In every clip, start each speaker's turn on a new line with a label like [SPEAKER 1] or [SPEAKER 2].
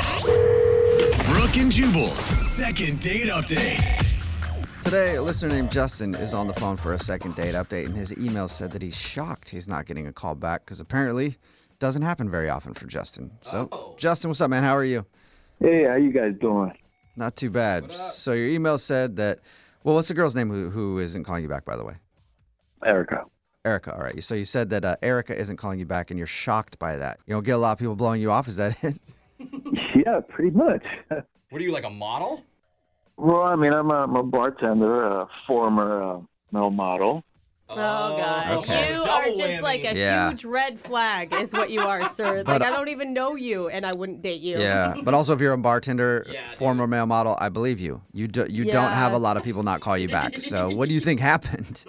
[SPEAKER 1] 92.5. Brooke and Jubal's second date update.
[SPEAKER 2] Today, a listener named Justin is on the phone for a second date update, and his email said that he's shocked he's not getting a call back because apparently it doesn't happen very often for Justin. So, Justin, what's up, man? How are you?
[SPEAKER 3] Hey, how you guys doing?
[SPEAKER 2] Not too bad. So, your email said that, well, what's the girl's name who, who isn't calling you back, by the way?
[SPEAKER 3] Erica.
[SPEAKER 2] Erica. All right. So, you said that uh, Erica isn't calling you back, and you're shocked by that. You don't get a lot of people blowing you off. Is that it?
[SPEAKER 3] Yeah, pretty much.
[SPEAKER 4] What are you like a model?
[SPEAKER 3] Well, I mean, I'm a, I'm a bartender, a former uh, male model.
[SPEAKER 5] Oh, God.
[SPEAKER 2] Okay.
[SPEAKER 5] You
[SPEAKER 4] Double
[SPEAKER 5] are just
[SPEAKER 4] whammy.
[SPEAKER 5] like a
[SPEAKER 2] Yeah.
[SPEAKER 5] huge red flag, is what you are, sir.
[SPEAKER 2] But,
[SPEAKER 5] like, I don't even know you, and I wouldn't date you.
[SPEAKER 2] Yeah, but also if you're a bartender,
[SPEAKER 4] Yeah, dude.
[SPEAKER 2] former male model, I believe you. You do, you don't
[SPEAKER 5] Yeah.
[SPEAKER 2] have a lot of people not call you back. So what do you think happened?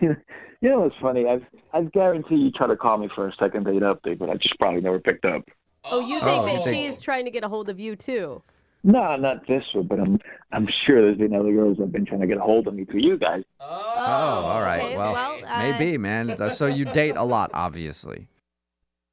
[SPEAKER 3] you know, it's funny. I've I guarantee you try to call me for a second date update, but I just probably never picked up.
[SPEAKER 5] Oh, you think
[SPEAKER 2] Oh, you
[SPEAKER 5] that
[SPEAKER 2] think-
[SPEAKER 5] she's trying to get a hold of you, too?
[SPEAKER 3] No, not this one, but I'm I'm sure there's been other girls that've been trying to get a hold of me through you guys.
[SPEAKER 2] Oh,
[SPEAKER 4] Oh.
[SPEAKER 2] all right.
[SPEAKER 5] okay.
[SPEAKER 2] Well,
[SPEAKER 5] Well, uh,
[SPEAKER 2] maybe, man. Uh, So you date a lot, obviously.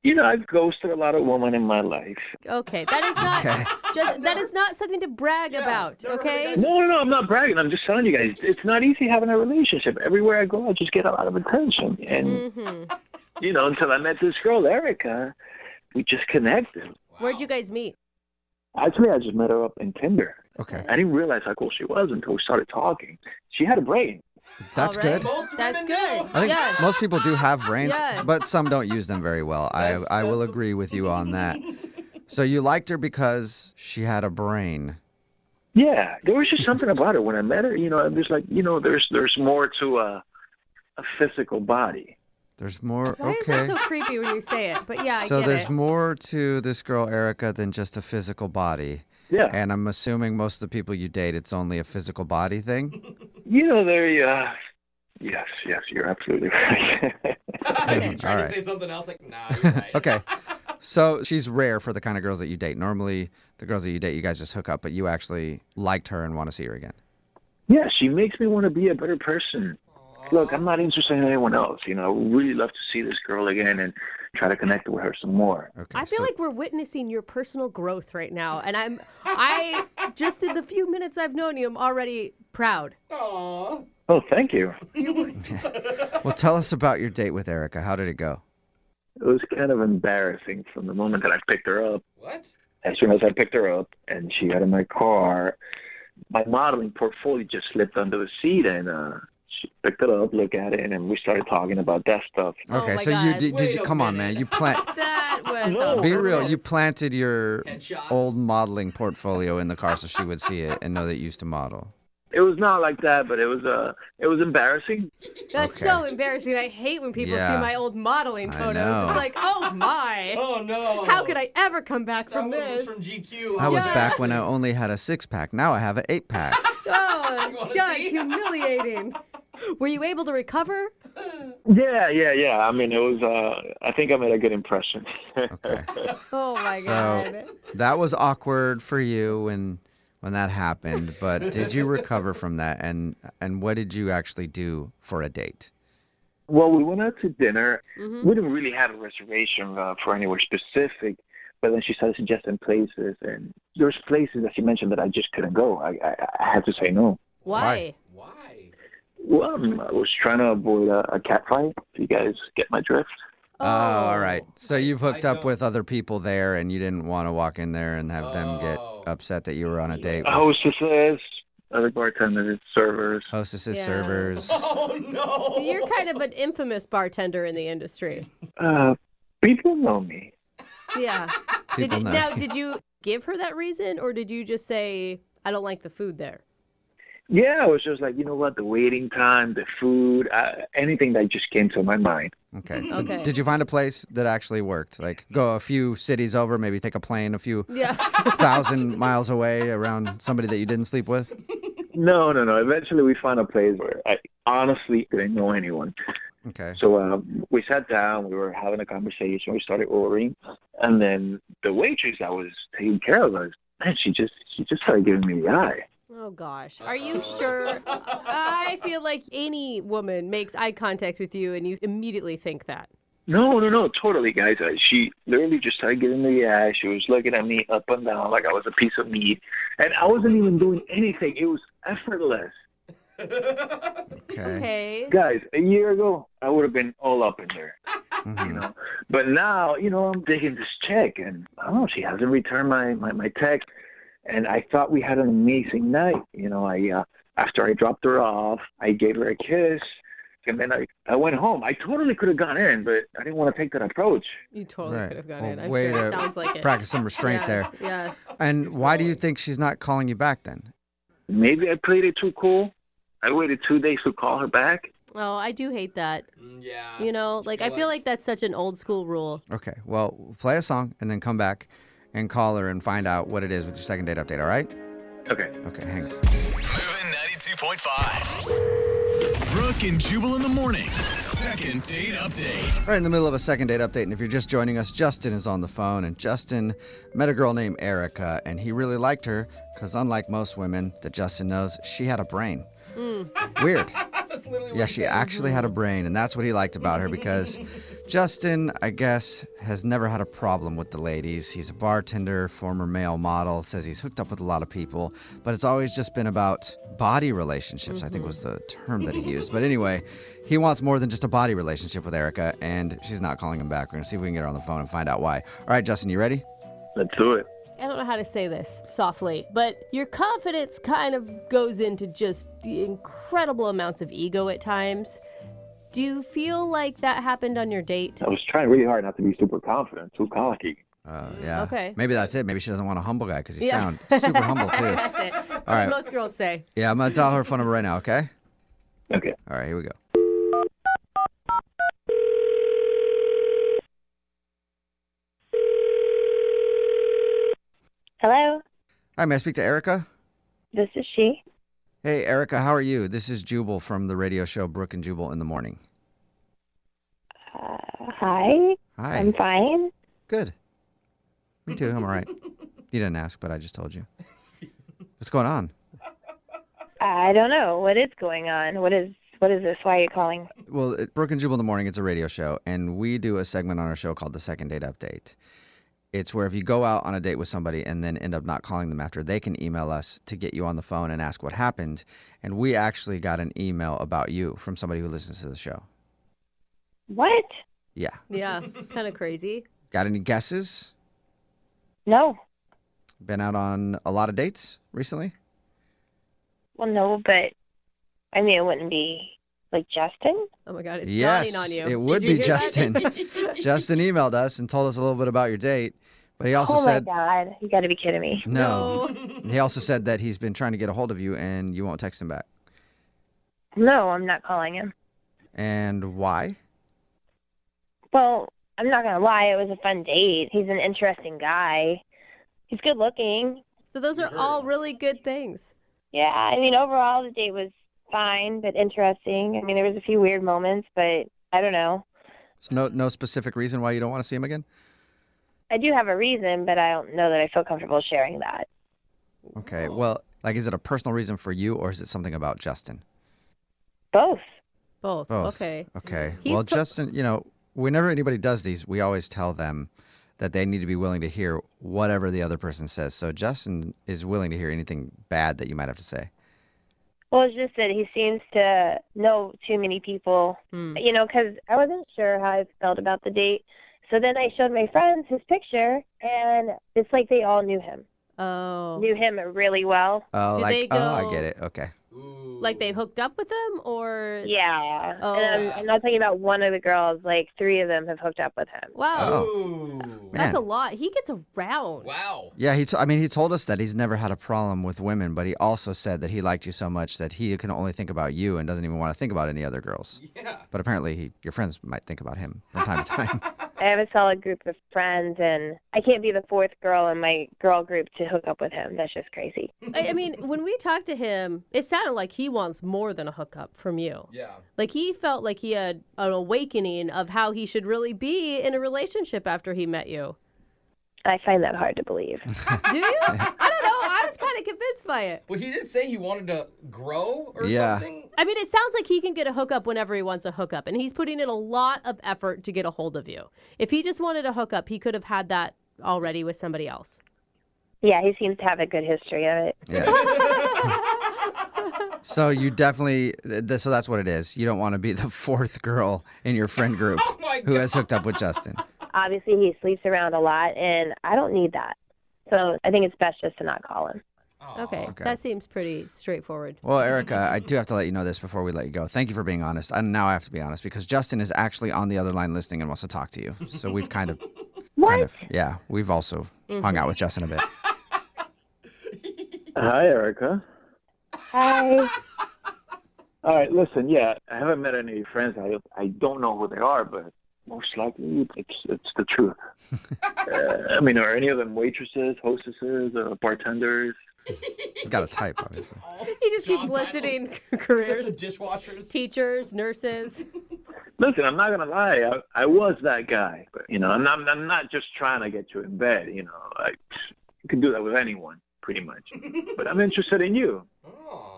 [SPEAKER 3] You know, I've ghosted a lot of women in my life.
[SPEAKER 5] Okay. That is not
[SPEAKER 2] Okay.
[SPEAKER 5] just, that is not something to brag about,
[SPEAKER 4] never
[SPEAKER 5] okay?
[SPEAKER 4] really
[SPEAKER 3] No, no, no, I'm not bragging. I'm just telling you guys, it's not easy having a relationship. Everywhere I go, I just get a lot of attention, and
[SPEAKER 5] Mm-hmm.
[SPEAKER 3] you know, until I met this girl, Erica, we just connected.
[SPEAKER 5] Where'd you guys meet?
[SPEAKER 3] Actually, I just met her up in Tinder.
[SPEAKER 2] Okay,
[SPEAKER 3] I didn't realize how cool she was until we started talking. She had a brain.
[SPEAKER 2] that's
[SPEAKER 5] All right.
[SPEAKER 2] good.
[SPEAKER 4] Most
[SPEAKER 5] That's
[SPEAKER 4] women
[SPEAKER 5] good.
[SPEAKER 4] do.
[SPEAKER 2] I think
[SPEAKER 5] yeah.
[SPEAKER 2] most people do have brains,
[SPEAKER 5] Yeah.
[SPEAKER 2] but some don't use them very well. I
[SPEAKER 4] That's-
[SPEAKER 2] I will
[SPEAKER 4] that's-
[SPEAKER 2] agree with you on that. So you liked her because she had a brain.
[SPEAKER 3] Yeah, there was just something about her when I met her. You know, I'm just like, you know, there's there's more to a, a physical body.
[SPEAKER 2] There's more.
[SPEAKER 5] Why is
[SPEAKER 2] okay.
[SPEAKER 5] that so creepy when you say it? But yeah, I
[SPEAKER 2] so
[SPEAKER 5] get
[SPEAKER 2] there's
[SPEAKER 5] it.
[SPEAKER 2] more to this girl Erica than just a physical body.
[SPEAKER 3] Yeah,
[SPEAKER 2] And I'm assuming most of the people you date, it's only a physical body thing.
[SPEAKER 3] you know, there. Yeah, yes, yes, you're absolutely right.
[SPEAKER 4] Trying
[SPEAKER 2] All
[SPEAKER 4] to
[SPEAKER 2] right.
[SPEAKER 4] say something else, like nah. You're right.
[SPEAKER 2] Okay. So she's rare for the kind of girls that you date. Normally, the girls that you date, you guys just hook up, but you actually liked her and want to see her again.
[SPEAKER 3] yeah, she makes me want to be a better person. Look, I'm not interested in anyone else. You know, I would really love to see this girl again and try to connect with her some more.
[SPEAKER 2] Okay.
[SPEAKER 5] I feel
[SPEAKER 2] so-
[SPEAKER 5] like we're witnessing your personal growth right now, and I'm I just in the few minutes I've known you, I'm already proud.
[SPEAKER 4] Aw.
[SPEAKER 3] Oh, thank you.
[SPEAKER 2] Well, tell us about your date with Erica. How did it go?
[SPEAKER 3] It was kind of embarrassing from the moment that I picked her up
[SPEAKER 4] What?
[SPEAKER 3] as soon as I picked her up and she got in my car, my modeling portfolio just slipped under the seat and uh, she picked it up, looked at it, and we started talking about that stuff.
[SPEAKER 5] Oh
[SPEAKER 2] Okay,
[SPEAKER 5] my
[SPEAKER 2] so you
[SPEAKER 5] God.
[SPEAKER 2] did, did
[SPEAKER 4] Wait
[SPEAKER 2] you
[SPEAKER 4] a
[SPEAKER 2] come on, man?
[SPEAKER 4] minute.
[SPEAKER 2] You plant.
[SPEAKER 5] That was
[SPEAKER 3] No.
[SPEAKER 2] Be real. You planted your
[SPEAKER 4] Headshots.
[SPEAKER 2] old modeling portfolio in the car so she would see it and know that you used to model.
[SPEAKER 3] It was not like that, but it was uh, it was embarrassing.
[SPEAKER 5] That's
[SPEAKER 2] Okay.
[SPEAKER 5] so embarrassing. I hate when people
[SPEAKER 2] Yeah.
[SPEAKER 5] see my old modeling
[SPEAKER 2] I
[SPEAKER 5] photos.
[SPEAKER 2] know.
[SPEAKER 5] It's like, oh my,
[SPEAKER 4] Oh no.
[SPEAKER 5] how could I ever come back
[SPEAKER 4] That
[SPEAKER 5] from
[SPEAKER 4] one was
[SPEAKER 5] this?
[SPEAKER 4] from GQ.
[SPEAKER 2] I was
[SPEAKER 5] Yes.
[SPEAKER 2] back when I only had a six pack. Now I have an eight pack.
[SPEAKER 4] You
[SPEAKER 5] Oh
[SPEAKER 4] wanna
[SPEAKER 5] God,
[SPEAKER 4] see?
[SPEAKER 5] humiliating. Were you able to recover?
[SPEAKER 3] Yeah, yeah, yeah. I mean, it was. Uh, I think I made a good impression.
[SPEAKER 2] Okay.
[SPEAKER 5] Oh my
[SPEAKER 2] So-
[SPEAKER 5] God.
[SPEAKER 2] that was awkward for you when when that happened but did you recover from that and and what did you actually do for a date
[SPEAKER 3] Well, we went out to dinner.
[SPEAKER 5] Mhm.
[SPEAKER 3] We didn't really have a reservation uh, for anywhere specific, but then she started suggesting places, and there's places that she mentioned that I just couldn't go. I, I, I had to say no.
[SPEAKER 5] Why?
[SPEAKER 4] Why?
[SPEAKER 3] Well, um, I was trying to avoid a, a cat fight. If you guys get my drift.
[SPEAKER 2] oh, all right so you've
[SPEAKER 4] I
[SPEAKER 2] hooked up
[SPEAKER 4] don't-
[SPEAKER 2] with other people there and you didn't want to walk in there and have them get
[SPEAKER 4] Oh.
[SPEAKER 2] upset that you were on a date
[SPEAKER 3] Oh.
[SPEAKER 2] with
[SPEAKER 3] Hostesses, other bartenders, servers.
[SPEAKER 2] hostesses
[SPEAKER 5] Yeah.
[SPEAKER 2] servers
[SPEAKER 4] Oh no.
[SPEAKER 5] So you're kind of an infamous bartender in the industry.
[SPEAKER 3] Uh, people know me.
[SPEAKER 5] Yeah. Did
[SPEAKER 2] people
[SPEAKER 5] you-
[SPEAKER 2] know
[SPEAKER 5] now, did you give her that reason, or did you just say, "I don't like the food there"?
[SPEAKER 3] Yeah, I was just like, you know what, the waiting time, the food, uh, anything that just came to my mind.
[SPEAKER 2] okay so
[SPEAKER 5] Okay.
[SPEAKER 2] did you find a place that actually worked like go a few cities over maybe take a plane a few
[SPEAKER 5] Yeah.
[SPEAKER 2] thousand miles away around somebody that you didn't sleep with
[SPEAKER 3] No, no, no. Eventually, we found a place where I honestly didn't know anyone.
[SPEAKER 2] okay
[SPEAKER 3] So um, we sat down, we were having a conversation, we started ordering, and then the waitress that was taking care of us, man, she just she just started giving me the eye.
[SPEAKER 5] Oh gosh. Are you sure? I feel like any woman makes eye contact with you, and you immediately think that.
[SPEAKER 3] No, no, no, totally, guys. I, she literally just started getting the yeah. She was looking at me up and down like I was a piece of meat, and I wasn't even doing anything. It was effortless,
[SPEAKER 2] Okay.
[SPEAKER 5] Okay.
[SPEAKER 3] guys. A year ago, I would have been all up in there, you
[SPEAKER 2] Mhm.
[SPEAKER 3] know. But now, you know, I'm digging this chick, and I don't know. She hasn't returned my my, my text, and I thought we had an amazing night. You know, I uh, after I dropped her off, I gave her a kiss. And then I, I went home. I totally could have gone in, but I didn't want to take that approach.
[SPEAKER 5] You totally
[SPEAKER 2] Right.
[SPEAKER 5] could have gone
[SPEAKER 2] Well,
[SPEAKER 5] in. I'm
[SPEAKER 2] way
[SPEAKER 5] sure it
[SPEAKER 2] to
[SPEAKER 5] sounds like it.
[SPEAKER 2] Practice some restraint
[SPEAKER 5] yeah.
[SPEAKER 2] there.
[SPEAKER 5] Yeah.
[SPEAKER 2] And
[SPEAKER 4] It's
[SPEAKER 2] why do you
[SPEAKER 4] calling.
[SPEAKER 2] think she's not calling you back then?
[SPEAKER 3] maybe I played it too cool. I waited two days to call her back.
[SPEAKER 5] Oh, I do hate that.
[SPEAKER 4] Mm, yeah.
[SPEAKER 5] You know, like I feel like that's such an old school rule.
[SPEAKER 2] Okay. Well, play a song and then come back and call her and find out what it is with your second date update. All right?
[SPEAKER 3] Okay.
[SPEAKER 2] Okay. Hang. on.
[SPEAKER 1] Moving 92.5. Brooke and Jubal in the mornings. Second date update.
[SPEAKER 2] Right in the middle of a second date update, and if you're just joining us, Justin is on the phone, and Justin met a girl named Erica, and he really liked her because, unlike most women that Justin knows, she had a brain. Weird.
[SPEAKER 4] that's literally what
[SPEAKER 2] Yeah,
[SPEAKER 4] he
[SPEAKER 2] she
[SPEAKER 4] said.
[SPEAKER 2] actually had a brain, and that's what he liked about her because Justin, I guess, has never had a problem with the ladies. He's a bartender, former male model, says he's hooked up with a lot of people, but it's always just been about body relationships, I think was
[SPEAKER 5] Mm-hmm.
[SPEAKER 2] the term that he used. But anyway, he wants more than just a body relationship with Erica, and she's not calling him back. We're gonna see if we can get her on the phone and find out why. All right, Justin, you ready?
[SPEAKER 3] Let's do it.
[SPEAKER 5] I don't know how to say this softly, but your confidence kind of goes into just the incredible amounts of ego at times. Do you feel like that happened on your date?
[SPEAKER 3] I was trying really hard not to be super confident, too cocky.
[SPEAKER 2] Uh, yeah.
[SPEAKER 5] Mm-hmm. Okay.
[SPEAKER 2] Maybe that's it. Maybe she doesn't want a humble guy because he
[SPEAKER 5] Yeah.
[SPEAKER 2] sounds super humble too.
[SPEAKER 5] That's it. That's what
[SPEAKER 2] right.
[SPEAKER 5] most girls say.
[SPEAKER 2] Yeah, I'm gonna dial her phone number right now. Okay.
[SPEAKER 3] Okay.
[SPEAKER 2] All right, here we go.
[SPEAKER 6] Hello,
[SPEAKER 2] Hi, may I speak to Erica?
[SPEAKER 6] this is she.
[SPEAKER 2] Hey, Erica, how are you? This is Jubal from the radio show Brooke and Jubal in the Morning.
[SPEAKER 6] Uh, hi,
[SPEAKER 2] Hi.
[SPEAKER 6] I'm fine.
[SPEAKER 2] Good. Me too. I'm all right. You didn't ask, but I just told you. What's going on?
[SPEAKER 6] I don't know what is going on. What is what is this? Why are you calling?
[SPEAKER 2] Well, it- Brooke and Jubal in the Morning, it's a radio show, and we do a segment on our show called The Second Date Update. It's where if you go out on a date with somebody and then end up not calling them after, they can email us to get you on the phone and ask what happened. And we actually got an email about you from somebody who listens to the show.
[SPEAKER 6] What?
[SPEAKER 2] Yeah.
[SPEAKER 5] Yeah, kind of crazy.
[SPEAKER 2] Got any guesses?
[SPEAKER 6] No.
[SPEAKER 2] Been out on a lot of dates recently?
[SPEAKER 6] Well, no, but I mean, it wouldn't be like Justin.
[SPEAKER 5] Oh my God, it's
[SPEAKER 2] yes,
[SPEAKER 5] dawning on you.
[SPEAKER 2] it would
[SPEAKER 5] Did you
[SPEAKER 2] be
[SPEAKER 5] hear that?
[SPEAKER 2] Justin. Justin emailed us and told us a little bit about your date, but he also
[SPEAKER 6] oh
[SPEAKER 2] said
[SPEAKER 6] my God, you got to be kidding me.
[SPEAKER 2] no. He also said that he's been trying to get a hold of you and you won't text him back.
[SPEAKER 6] No, I'm not calling him.
[SPEAKER 2] And why?
[SPEAKER 6] Well, I'm not gonna lie. It was a fun date. He's an interesting guy. He's good looking.
[SPEAKER 5] So those are all really good things.
[SPEAKER 6] Yeah, I mean, overall the date was fine, but interesting. I mean, there was a few weird moments, but I don't know.
[SPEAKER 2] So no no specific reason why you don't want to see him again?
[SPEAKER 6] I do have a reason, but I don't know that I feel comfortable sharing that.
[SPEAKER 2] Okay.
[SPEAKER 5] Oh.
[SPEAKER 2] Well, like is it a personal reason for you or is it something about Justin?
[SPEAKER 6] Both.
[SPEAKER 5] Both.
[SPEAKER 2] Both.
[SPEAKER 5] Okay.
[SPEAKER 2] Okay.
[SPEAKER 5] He's
[SPEAKER 2] well,
[SPEAKER 5] to-
[SPEAKER 2] Justin, you know, whenever anybody does these, we always tell them that they need to be willing to hear whatever the other person says. So Justin is willing to hear anything bad that you might have to say.
[SPEAKER 6] Well, it's just that he seems to know too many people,
[SPEAKER 5] Hmm.
[SPEAKER 6] you know, because I wasn't sure how I felt about the date. So then I showed my friends his picture, and it's like they all knew him,
[SPEAKER 5] Oh.
[SPEAKER 6] knew him really well.
[SPEAKER 2] Oh,
[SPEAKER 5] Did
[SPEAKER 2] like
[SPEAKER 5] they
[SPEAKER 2] oh, I
[SPEAKER 5] go-
[SPEAKER 2] get it. Okay.
[SPEAKER 4] Ooh.
[SPEAKER 5] Like they hooked up with him, or
[SPEAKER 6] Yeah.
[SPEAKER 5] Oh.
[SPEAKER 6] And I'm, I'm not talking about one of the girls, like three of them have hooked up with him.
[SPEAKER 5] Wow,
[SPEAKER 2] Oh.
[SPEAKER 4] Ooh.
[SPEAKER 2] Man.
[SPEAKER 5] that's a lot. He gets around.
[SPEAKER 4] Wow.
[SPEAKER 2] Yeah, he. T- I mean, he told us that he's never had a problem with women, but he also said that he liked you so much that he can only think about you and doesn't even want to think about any other girls.
[SPEAKER 4] Yeah.
[SPEAKER 2] But apparently, he, your friends might think about him from time to time.
[SPEAKER 6] I have a solid group of friends, and I can't be the fourth girl in my girl group to hook up with him. That's just crazy.
[SPEAKER 5] I, I mean, when we talked to him, it sounded like he wants more than a hookup from you.
[SPEAKER 4] Yeah.
[SPEAKER 5] Like he felt like he had an awakening of how he should really be in a relationship after he met you.
[SPEAKER 6] I find that hard to believe.
[SPEAKER 5] Do you? I don't know. I was kind kind of convinced by it.
[SPEAKER 4] Well, he did say he wanted to grow or
[SPEAKER 2] Yeah.
[SPEAKER 4] something.
[SPEAKER 5] I mean, it sounds like he can get a hookup whenever he wants a hookup, and he's putting in a lot of effort to get a hold of you. If he just wanted a hookup, he could have had that already with somebody else.
[SPEAKER 6] Yeah, he seems to have a good history of it.
[SPEAKER 2] Yeah.
[SPEAKER 5] Oh,
[SPEAKER 2] so you definitely, th- th- so that's what it is. You don't want to be the fourth girl in your friend group
[SPEAKER 4] Oh, my
[SPEAKER 2] who has hooked up with Justin.
[SPEAKER 6] Obviously, he sleeps around a lot, and I don't need that. So I think it's best just to not call him.
[SPEAKER 4] Aw.
[SPEAKER 5] Okay, that seems pretty straightforward.
[SPEAKER 2] Well, Erica, I do have to let you know this before we let you go. Thank you for being honest. And now I have to be honest because Justin is actually on the other line listening and wants to talk to you. So we've kind of, kind of, yeah, we've also hung out with Justin a bit.
[SPEAKER 3] Hi, Erica.
[SPEAKER 6] Hi.
[SPEAKER 3] All right, listen. Yeah, I haven't met any of your friends. I I don't know who they are, but most likely it's it's the truth. uh, I mean, are any of them waitresses, hostesses, uh, bartenders?
[SPEAKER 2] We've got a type, obviously.
[SPEAKER 5] He just keeps
[SPEAKER 4] Job
[SPEAKER 5] listing
[SPEAKER 4] The
[SPEAKER 5] careers,
[SPEAKER 4] dishwashers.
[SPEAKER 5] teachers, nurses.
[SPEAKER 3] Listen, I'm not gonna lie. I, I was that guy, but you know, I'm not, I'm not just trying to get you in bed. You know, I, you can do that with anyone, pretty much. but I'm interested in you.
[SPEAKER 4] Aw.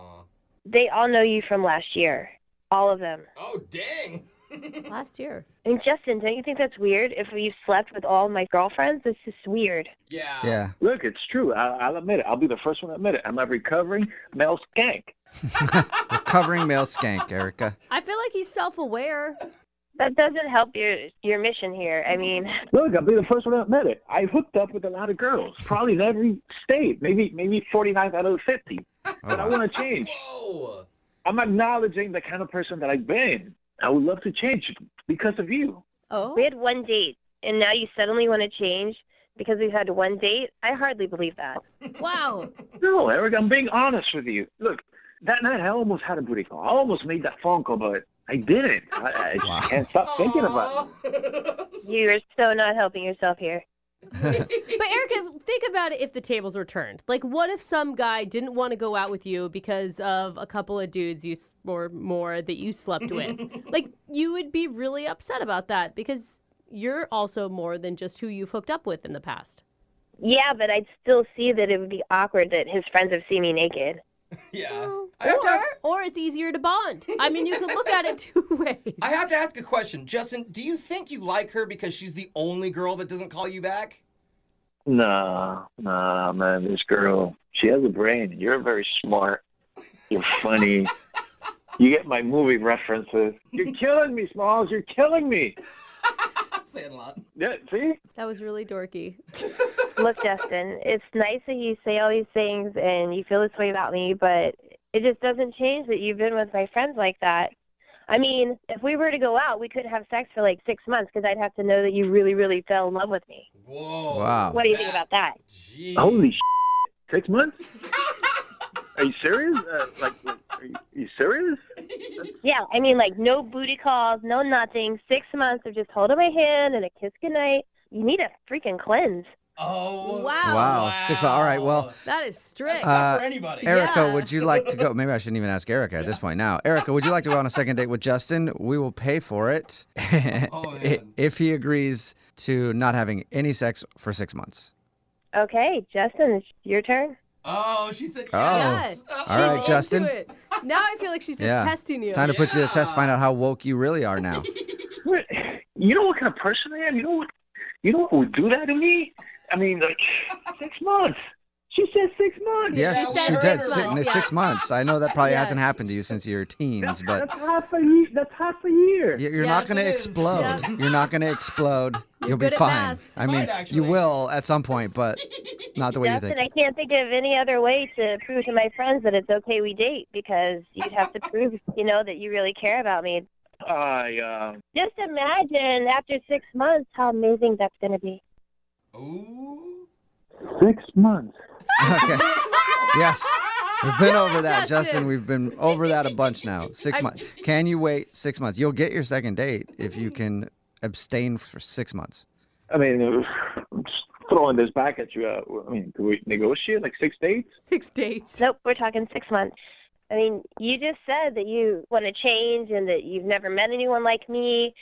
[SPEAKER 6] They all know you from last year. All of them.
[SPEAKER 4] Oh, dang.
[SPEAKER 5] Last year.
[SPEAKER 6] And Justin, don't you think that's weird? If you slept with all my girlfriends, it's just weird.
[SPEAKER 4] Yeah.
[SPEAKER 2] Yeah.
[SPEAKER 3] Look, it's true. I, I'll admit it. I'll be the first one to admit it. I'm a recovering male skank.
[SPEAKER 2] Recovering male skank, Erica.
[SPEAKER 5] I feel like he's self aware.
[SPEAKER 6] That doesn't help your your mission here. I mean,
[SPEAKER 3] Look, I'll be the first one to admit it. I hooked up with a lot of girls, probably in every state, maybe maybe 49 out of the 50.
[SPEAKER 2] Oh,
[SPEAKER 3] But I
[SPEAKER 2] wow.
[SPEAKER 3] want to change.
[SPEAKER 4] Whoa.
[SPEAKER 3] I'm acknowledging the kind of person that I've been. I would love to change because of you.
[SPEAKER 5] Oh,
[SPEAKER 6] we had one date, and now you suddenly want to change because we've had one date. I hardly believe that.
[SPEAKER 5] wow.
[SPEAKER 3] No, Eric, I'm being honest with you. Look, that night I almost had a booty call. I almost made that phone call, but I didn't. I, I just
[SPEAKER 2] Wow.
[SPEAKER 3] can't stop thinking about it.
[SPEAKER 6] You are so not helping yourself here.
[SPEAKER 5] But Erica, think about it if the tables were turned. Like, what if some guy didn't want to go out with you because of a couple of dudes you s- or more that you slept with? like, you would be really upset about that because you're also more than just who you've hooked up with in the past.
[SPEAKER 6] Yeah, but I'd still see that it would be awkward that his friends have seen me naked.
[SPEAKER 4] yeah. I have, to
[SPEAKER 5] Oh, Or,
[SPEAKER 4] have,
[SPEAKER 5] or it's easier to bond. I mean, you could look at it two ways.
[SPEAKER 4] I have to ask a question. Justin, do you think you like her because she's the only girl that doesn't call you back?
[SPEAKER 3] Nah, nah, man, this girl, she has a brain. You're very smart. You're funny. you get my movie references. You're killing me, Smalls. You're killing me.
[SPEAKER 4] I say it a lot.
[SPEAKER 3] Yeah, see?
[SPEAKER 5] That was really dorky.
[SPEAKER 6] Look, Justin, it's nice that you say all these things and you feel this way about me, but it just doesn't change that you've been with my friends like that. I mean, if we were to go out, we couldn't have sex for like six months because I'd have to know that you really, really fell in love with me.
[SPEAKER 4] Whoa.
[SPEAKER 2] Wow.
[SPEAKER 6] What do you think about that?
[SPEAKER 4] Gee.
[SPEAKER 3] Holy sh! Six months? Are you serious? Uh, like, like, are you, are you serious?
[SPEAKER 6] Yeah, I mean, like no booty calls, no nothing. Six months of just holding my hand and a kiss goodnight. You need a freaking cleanse.
[SPEAKER 4] Oh.
[SPEAKER 5] Wow.
[SPEAKER 2] Wow. Six, all right. Well,
[SPEAKER 5] That is strict.
[SPEAKER 2] Uh,
[SPEAKER 4] Not for anybody.
[SPEAKER 2] Erica,
[SPEAKER 5] Yeah.
[SPEAKER 2] would you like to go? Maybe I shouldn't even ask Erica at this point now. Erica, would you like to go on a second date with Justin? We will pay for it
[SPEAKER 5] Oh,
[SPEAKER 2] I-
[SPEAKER 4] man.
[SPEAKER 2] if he agrees to not having any sex for six months.
[SPEAKER 6] Okay, Justin, it's your turn.
[SPEAKER 4] Oh, she said
[SPEAKER 2] Oh.
[SPEAKER 4] yes.
[SPEAKER 2] Yeah.
[SPEAKER 5] She's
[SPEAKER 2] All right,
[SPEAKER 5] into
[SPEAKER 2] Justin.
[SPEAKER 5] it. Now I feel like she's just
[SPEAKER 2] Yeah.
[SPEAKER 5] testing you.
[SPEAKER 2] Time to put you to the test, find out how woke you really are now.
[SPEAKER 3] What? You know what kind of person I am? You know what? You know what would do that to me? I mean, like, six months. She said six months.
[SPEAKER 2] Yes,
[SPEAKER 4] She
[SPEAKER 2] she
[SPEAKER 4] said
[SPEAKER 2] did
[SPEAKER 4] six
[SPEAKER 2] sit in
[SPEAKER 5] months,
[SPEAKER 2] six months. I know that probably
[SPEAKER 5] Yeah.
[SPEAKER 2] hasn't happened to you since your teens, but
[SPEAKER 3] That's half a year. That's half a year.
[SPEAKER 2] y- you're
[SPEAKER 5] Yes,
[SPEAKER 2] not going
[SPEAKER 4] it
[SPEAKER 2] to
[SPEAKER 4] is.
[SPEAKER 2] explode.
[SPEAKER 5] Yep.
[SPEAKER 2] You're not going to explode. You'll be
[SPEAKER 5] good at
[SPEAKER 2] fine.
[SPEAKER 5] math.
[SPEAKER 2] I mean,
[SPEAKER 4] Might
[SPEAKER 2] you
[SPEAKER 4] actually.
[SPEAKER 2] will at some point, but not the way you
[SPEAKER 6] Justin,
[SPEAKER 2] think.
[SPEAKER 6] I can't think of any other way to prove to my friends that it's okay we date because you'd have to prove, you know, that you really care about me.
[SPEAKER 3] I uh,
[SPEAKER 6] Just imagine after six months how amazing that's going to be.
[SPEAKER 4] Ooh.
[SPEAKER 3] six months.
[SPEAKER 2] Okay. Yes. We've been over that,
[SPEAKER 5] Justin.
[SPEAKER 2] Justin. We've been over that a bunch now. Six
[SPEAKER 5] I-
[SPEAKER 2] months. Can you wait six months? You'll get your second date if you can abstain for six months.
[SPEAKER 3] I mean, I'm just throwing this back at you. Uh, I mean, do we negotiate like six dates?
[SPEAKER 5] Six dates.
[SPEAKER 6] Nope, we're talking six months. I mean, you just said that you want to change and that you've never met anyone like me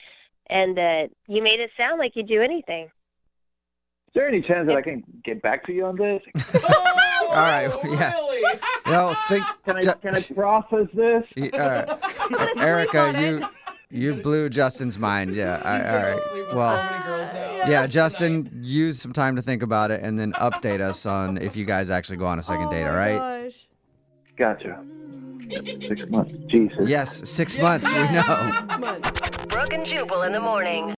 [SPEAKER 6] and that you made it sound like you'd do anything.
[SPEAKER 3] Is there any chance that I can get back to you on this?
[SPEAKER 4] Oh,
[SPEAKER 2] All right. Yeah.
[SPEAKER 4] Really?
[SPEAKER 2] No, think.
[SPEAKER 3] Can I
[SPEAKER 2] Ju-
[SPEAKER 3] can I process this?
[SPEAKER 2] y- all right.
[SPEAKER 5] gonna sleep
[SPEAKER 2] Erica,
[SPEAKER 5] on
[SPEAKER 2] you you blew Justin's mind. Yeah. I, all right.
[SPEAKER 4] well,
[SPEAKER 2] Well. Yeah, Justin, use some time to think about it and then update us on if you guys actually go on a second
[SPEAKER 5] Oh
[SPEAKER 2] date, all
[SPEAKER 5] my
[SPEAKER 2] right?
[SPEAKER 5] gosh.
[SPEAKER 3] Gotcha. Six months. Jesus.
[SPEAKER 2] Yes, six months, we know.
[SPEAKER 5] Come on.
[SPEAKER 7] Brooke and Jubal in the morning.